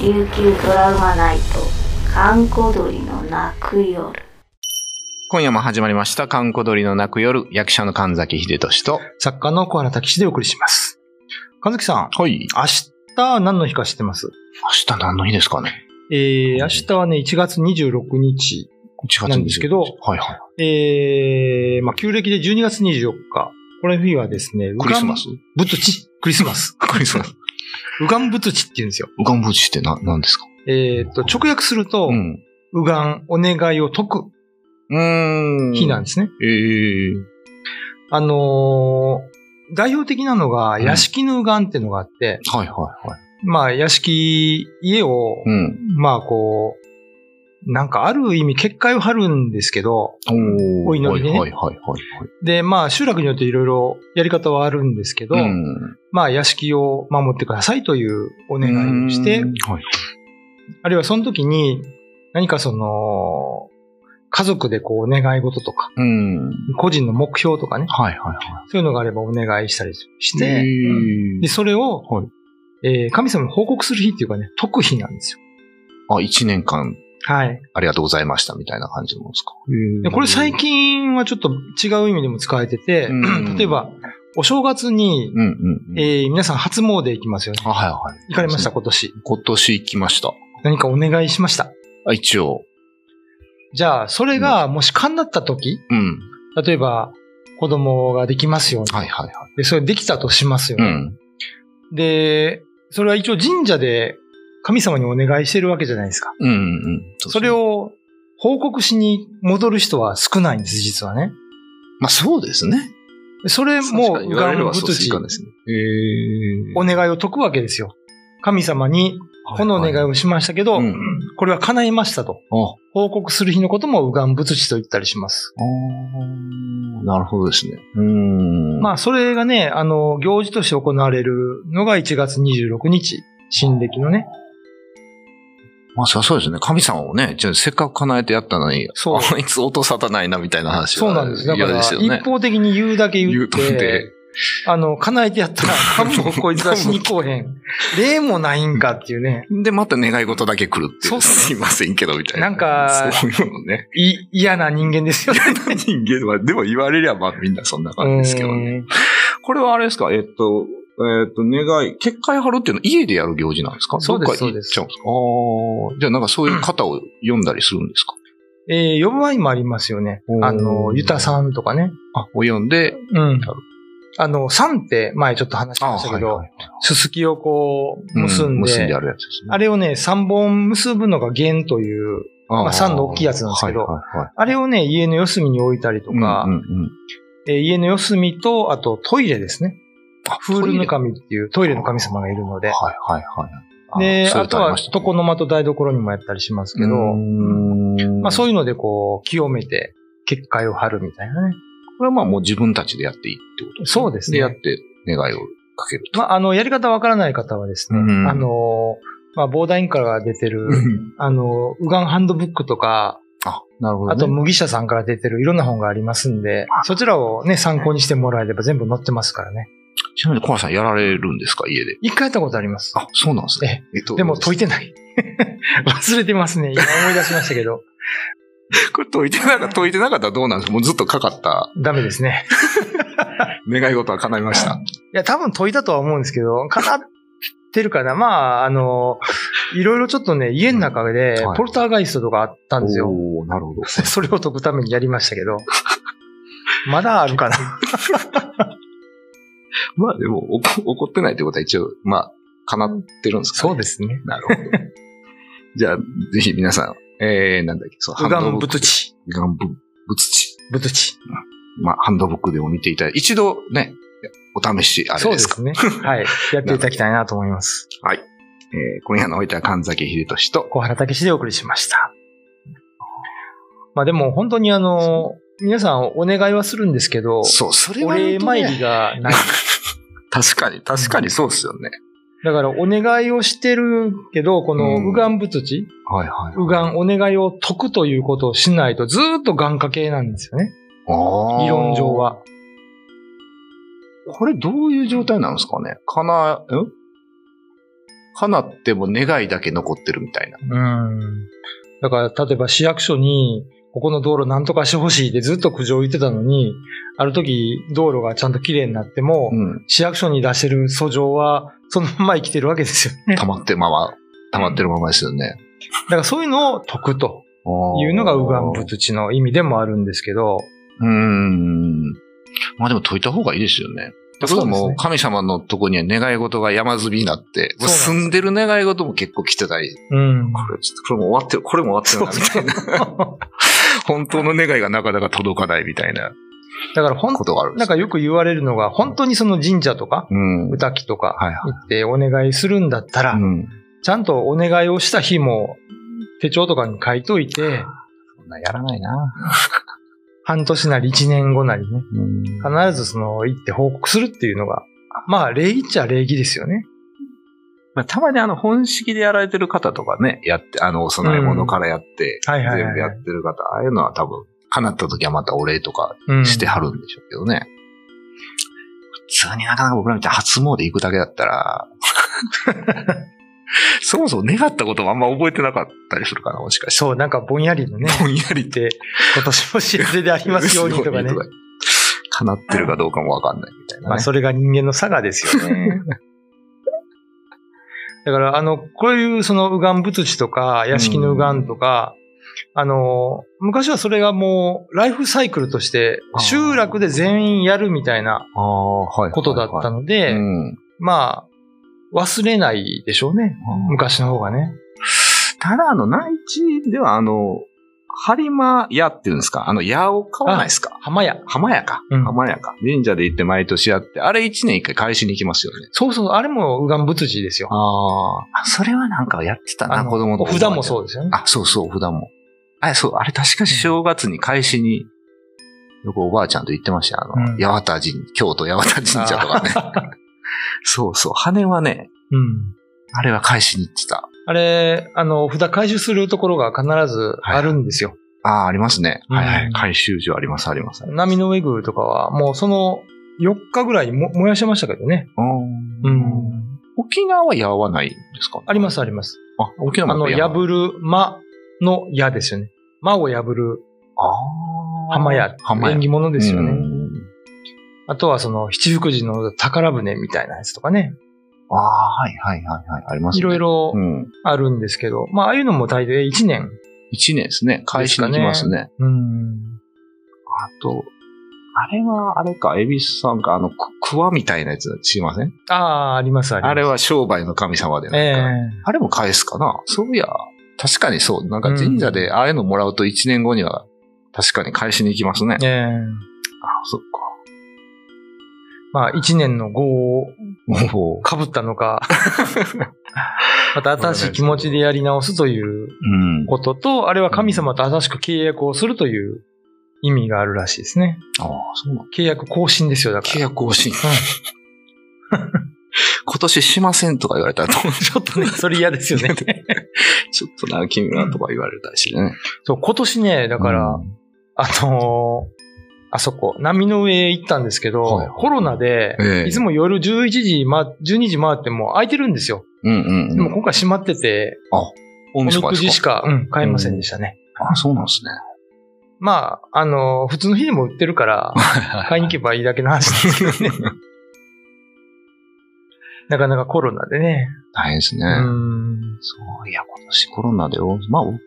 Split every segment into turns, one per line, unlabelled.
琉球ドラマナイト閑古鳥の泣く夜
今夜も始まりました、観光鳥の泣く夜、役者の神崎秀俊と。
作家の小原武史でお送りします。かずきさん、
はい。
明日何の日か知ってます
明日何の日ですかね
えー、明日はね、1月26日、
違
なんですけど
はいはい。
えー、まあ、旧暦で12月24日、この日はですね、
クリスマス
ウガンブツチ、クリスマス。
クリスマス。
ウガンブツチって言うんですよ。
うがんぼちってな、何ですか
えーっと、直訳すると、
ん。
ウガン、お願いを解く
うーん。
日なん
で
ですね。
す。ええ
あのー代表的なのが、
うん
屋敷のウガンっていうのがあって、
はいはいはい。
まあ、屋敷、家を、
うん。
まあこう、なんかある意味結界を張るんですけど、
おー
お祈りでね
はいはいはいはい
で、まあ集落によっていろいろやり方はあるんですけど、
はい。ん。
まあ屋敷を守ってくださいというお願いをして
う、ーんはい。
あるいはその時に何かその、家族でこうお願い事とか、
うん。はい
個人の目標とかね、
はいは
そういうのがあればお願いしたりし
い。
て、で、
で、
それを、
はい
えー神様に報告する日っていうかね、特日なんですよ。
あ、一年間
はい。
ありがとうございましたみたいな感じのもんですか。
でこれ最近はちょっと違う意味でも使えてて、
うん
例えば、お正月に、
うんうんうん。
えー皆さん初詣行きますよね。
あ、はいはい。
行かれまし
そ
た、
う
今年。
ですね今年行きました。
何かお願いしました。
あ、一応。
じゃあ、それがもし勘だった時、
うん。
例えば、子供ができますよね。
はいはいはい。
で、それできたとしますよね。
ん。
で、それは一応神社で神様にお願いしてるわけじゃないですか。
うんうん。
それ。を報告しに戻る人は少ないんです、実はね。
まあそうですね。
それも、
言われればそう
仏
す
地
いかんですね。え
お願いを解くわけですよ。神様に、このお願い
を。
をしましたけど、
うん
これは叶いましたと。
あ、あ
報告する日のことも、うがん仏地と言ったりします。
ーなるほどですね。うーん。
まあ、それがね、あの、行事として行われるのが1月26日、新暦のね。
まあ、そりゃそうですね。神様をね、じゃあせっかく叶えてやったのに、
そう
あいつ音沙汰ないなみたいな話は
そうなんです。だか
嫌
ら、
ですよね
一。方的に言うだけ言
言
っ
う
て、
とって。
あの、叶えてやったら、 神もこいつはしにこうへん。例もないんかっていうね、
で、また願い事だけ来るってい
そう
う。
そう
すいませんけど、みたいな。
なんか
そういうのね。
い嫌な人間ですよね。
人間は、でも言われりゃ、まあみんな そんな感じですけどね。
うん
これはあれですかえっと、えっと、願い、結界張るっていうのは家でやる行事なんですか
そうです
どっか行っちゃうんですかああ。じゃあなんかそういう方を読んだりするんですか、
えー、呼ぶ場合もありますよね
お。ー
あの、ゆたさんとかね。
あ、を読んで、
うん。あの、さんって前ちょっと話しましたけど、
いい
すすきをこう、結んで、
う結んで
あ
あるやつですね。れ、
れをね、3本結ぶのが弦という、まあ三の大きいやつなんですけど
はいはいはい
あれをね、家の四隅に置いたりとか、
うんうんうん
えー家の四隅と、あとトイレですね。
あ
フールの
ト
神っていうトイレの神様がいるの
イレ
で。
はいはいはい。
で、
そうい
あ
う
と
り
は
ましたね
床の間と台所にもやったりしますけど、まあそう
いうーん。
いうのでこう、清めて、結界を張るみたいなね。
これはまあもう自分たちでやっていいってことですね
そうですね
で、やって願いをかけると。
まあ、あの、やり方わからない方はですね、
うん
あの、まあ、ボーダインから出てる、あの、ウガンハンドブックとか、
あ、なるほど、
あ
ね。
と、麦社さんから出てるいろんな本がありますんで、そちらをね、参考にしてもらえれば全部載ってますからね。
ちなみに、コアさんやられるんですか家で。
一回やったことあります。
あ、そうなんですね。えっと
でも解い
い
てない。 忘れてますね。今思い出しましたけど、
て、これ解いてなかった、解いてなかったらどう なんですかもうずっとかかった
ダメですね。
願い事は叶いました。
いや、多分解いたとは思うんですけど、かなってるかな。まあ、あの、いろいろちょっとね、家の中で
はい
ポルターガイストとかあったんですよ。
おーなるほど。
それを解くためにやりまし たけど、まだあるかな。
まあでも、おこ怒ってないってことは一応、まあ、叶ってるんですか、ね、す。
す ね。
なるほど。じゃあ、ぜひ皆さん、えー、なんだっけ、そう、
ウガンブ
ック
ツ。チ。
ウガンブブツチ。
ブツチ。
まあ、ハンドブックでも見ていただいて、一度ね、お試しあれですか。
そうですね。 はい。やっていただきたいなと思います。
えー、今夜のおいては神崎秀俊と、
小原武史でお送りしました。まあでも本当にあの、皆さんお願いはするんですけど、
そう、それ
お
は本当
礼
ね
参りが ない。
確かに、確かにそうですよね。
だからお願いをしてるけど、こ
う
の
ん
ウガン仏地、
はいはい。
ウガンお願いを解くということをしないとずーっと願掛けなんですよね。理
理
論上。は。
これどういう状態なんですかねかな、ん放っても願いだけ残ってるみたいな。
うん。だから、例えば市役所に、ここの道路なんとかしてほしいってずっと苦情言ってたのに、ある時道路がちゃんと綺麗になっても、
うん。
市役所に出してる訴状はそのまま生きてるわけです よね。
溜まってまま、溜まってるままですよね。
だからそういうのを解くというのが右岸仏地の意味でもあるんですけど、
うーん。まあでも解いた方がいいですよね。だから
そうです
もう
ね
神様のとこには願い事が山積みになって、
そうなんです
住んでる願い事も結構来てたり、
うん。
これちょっとこれも終わってる、これも終わってるな、みたいな。 本当の願いがなかなか届かないみたいな
だから本
ことがあるんで
なん
すよ
かよく言われるのが、本当にその神社とか、
うん。
歌木とか
はいはい
行ってお願いするんだったら、
うん。
ちゃんとお願いをした日も手帳とかに書いといて、
そんなやらないな。
半年なり一年後なりね、
うん。
必ずその行って報告するっていうのが、まあ礼儀っちゃ礼儀ですよね。
まあ、たまにあの、本式でやられてる方とかね、やって、あの、お供え物からやって、
うんはいはいはい
全部やってる方、ああいうのは多分、叶った時はまたお礼とか
うん
してはるんでしょうけどね。普通になかなか僕らみたいに初詣行くだけだった ら、そもそも願ったこともあんま覚えてなかったりするかな、もしかして。
そう、なんかぼんやり のね、
ぼんやり
で、今年も幸せでありますように とかね。
叶ってるかどうかもわかんないみたいな、ね。
まあそれが人間の差がで すよね。だから、あの、こういうその右岸仏地とか、屋敷の右岸とか、あの、昔はそれがもう、ライフサイクルとして
あ、ー
集落で全員やるみたいな
ああ、はい。
ことだった
の
ので、
うん。
まあ、忘れないでしょうね。昔の方がね。
ただ、あの、内地では、あの、播磨屋っていうんですかあの、矢を買わないですか
浜屋。
浜屋か。
うん
浜屋か。神社で行って毎年やって、あれ一年一回返しに行きますよね。
そうそう、あれも右岸仏地ですよ。
ああ。それはなんかやってた
あ
な、
の
子供の
お
頃
札もそうですよね。
あ、そうそう、お札も。あ、そう、あれ確か正月に返しに、よくおばあちゃんと言ってましたよあの、
うん
八幡神、京都八幡神社とかね。 そうそう、羽はね、
うん。
あれは返しに行ってた。
あれ、あの、札回収するところが必ずあるんですよ。
ああ、ありますね。
うん
はいはい。回収所あります、あります。あります
波の上宮とかは、もうその4日ぐらいにも燃やしてましたけどね。
う。
うんん。
沖縄は矢はないんですか
ありますあります。
あ、沖
あ
縄も
の、
やっぱ矢は
破る間の矢ですよね。間を破る
ああ。
浜矢。
浜屋
縁起物ですよ
う
ね。
ん
あとはその、七福神の宝船みたいなやつとかね。
ああ、はいはいはいはい。ありますね。
いろいろ
うん。
あるんですけど、まあ、ああいうのも大抵1年。
一年ですね。返しに行きますね。
うん。
あと、あれは、あれか、エビスさんか、あの、く、くわみたいなやつ、知りません
ああ、ありますあります。
あれは商売の神様で
え
なんか、
え
あれも返すかなそういや、確かにそう。なんか神社でああいうのもらうと一年後には、確かに返しに行きますね。
ええ
あ、そっ
まあ、1年の業を
か。もう、
かぶった のか、また新しい気持ちでやり直すという
うん。
ことと、あれは神様と新しく契約をするという意味があるらしいですね。
ああ、そうなんだ。
契約更新ですよ、だか
契
ら。
約更新。 今年しませんとか言われた ら、ちょっと ね、
それ嫌ですよね。
ちょっとな、君はとか言われたりしてね。
そう、今年ね、だから、
うん
あのーあそこ、波の上行ったんですけど、
はいはい
コロナで、
ええ
いつも夜11時、ま、12時回っても空いてるんですよ。
うんうん
で
う
も
ん。
今回閉まってて、
お
おみ
店
くじし
か。
か、うん、買えませんでしたね。
あ、そうなんですね。
まあ、あのー普通の日でも売ってるから、買いに行けばいいだけの話ですけ どね。なかなかコロナでね。
大変ですね。
うん。
そういや、今年コロナでお、まあ僕、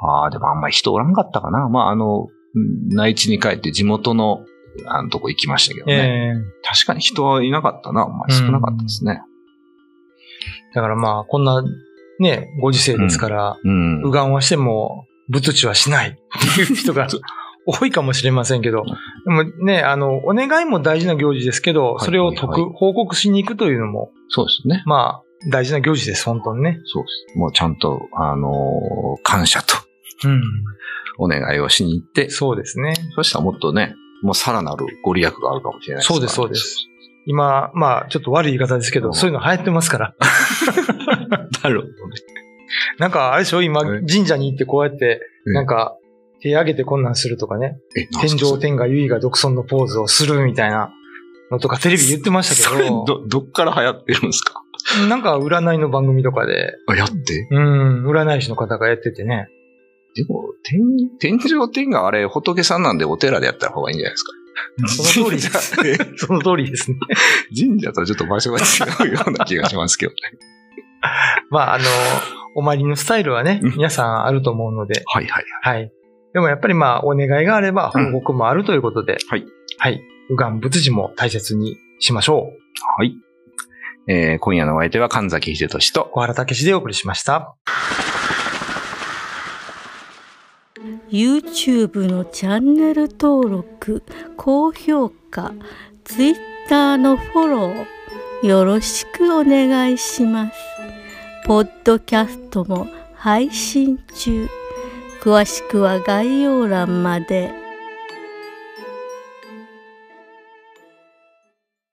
ああ、でもあんまり人おらんかったかな。まああの、うん内地に帰って地元の、あのとこ行きましたけどね。
ええ
確かに人はいなかったな。あんまり少なかったですね。
だからまあ、こんな、ね、ご時世ですから、
うん。
右眼はしても、仏地はしないっていう 人が多いかもしれませんけど、でもね、あの、お願いも大事な行事ですけど、
はい
それを解
はいは
く、報告しに行くというのも、
そうですね。
まあ、大事な行事です、本当にね。
そうです。もうちゃんと、あのー感謝と
うん。
お願いをしに行って、
そうですね。
そしたらもっとね、もうさらなるご利益があるかもしれないから
そうですそうです。今、まあ、ちょっと悪い言い方ですけ
うん
ど、そういうの流行ってますから。
だろうね。
なんか、あれでしょ今、
え
神社に行ってこうやって、
え
なんか、手上げてこんなんするとかね。
え、なん
天
すか
上天下唯我独尊のポーズをするみたいなのとかテレビ言ってました
そ
け
れ
ど、
ど、どっから流行ってるんですか
なんか占いの番組とかで、
あ、やって。
うん、占い師の方がやっててね。
でも、天、天上天があれ、仏さんなんでお寺でやった方がいいんじゃないですか。
その通りです
神社え
その通りですね。
神社とはちょっと場所が違うような気がしますけどね。
まあ、あの、お参りのスタイルはね、
うん
皆さんあると思うので、
はいはい。
はい。でもやっぱりまあ、お願いがあれば、報告もあるということで、
はい。
はい。右岸仏寺も大切にしましょう。
はい。えー、今夜のお相手は神崎秀俊と、
小原武史でお送りしました。
YouTube のチャンネル登録高評価 Twitter のフォローよろしくお願いしますポッドキャストも配信中詳しくは概要欄まで。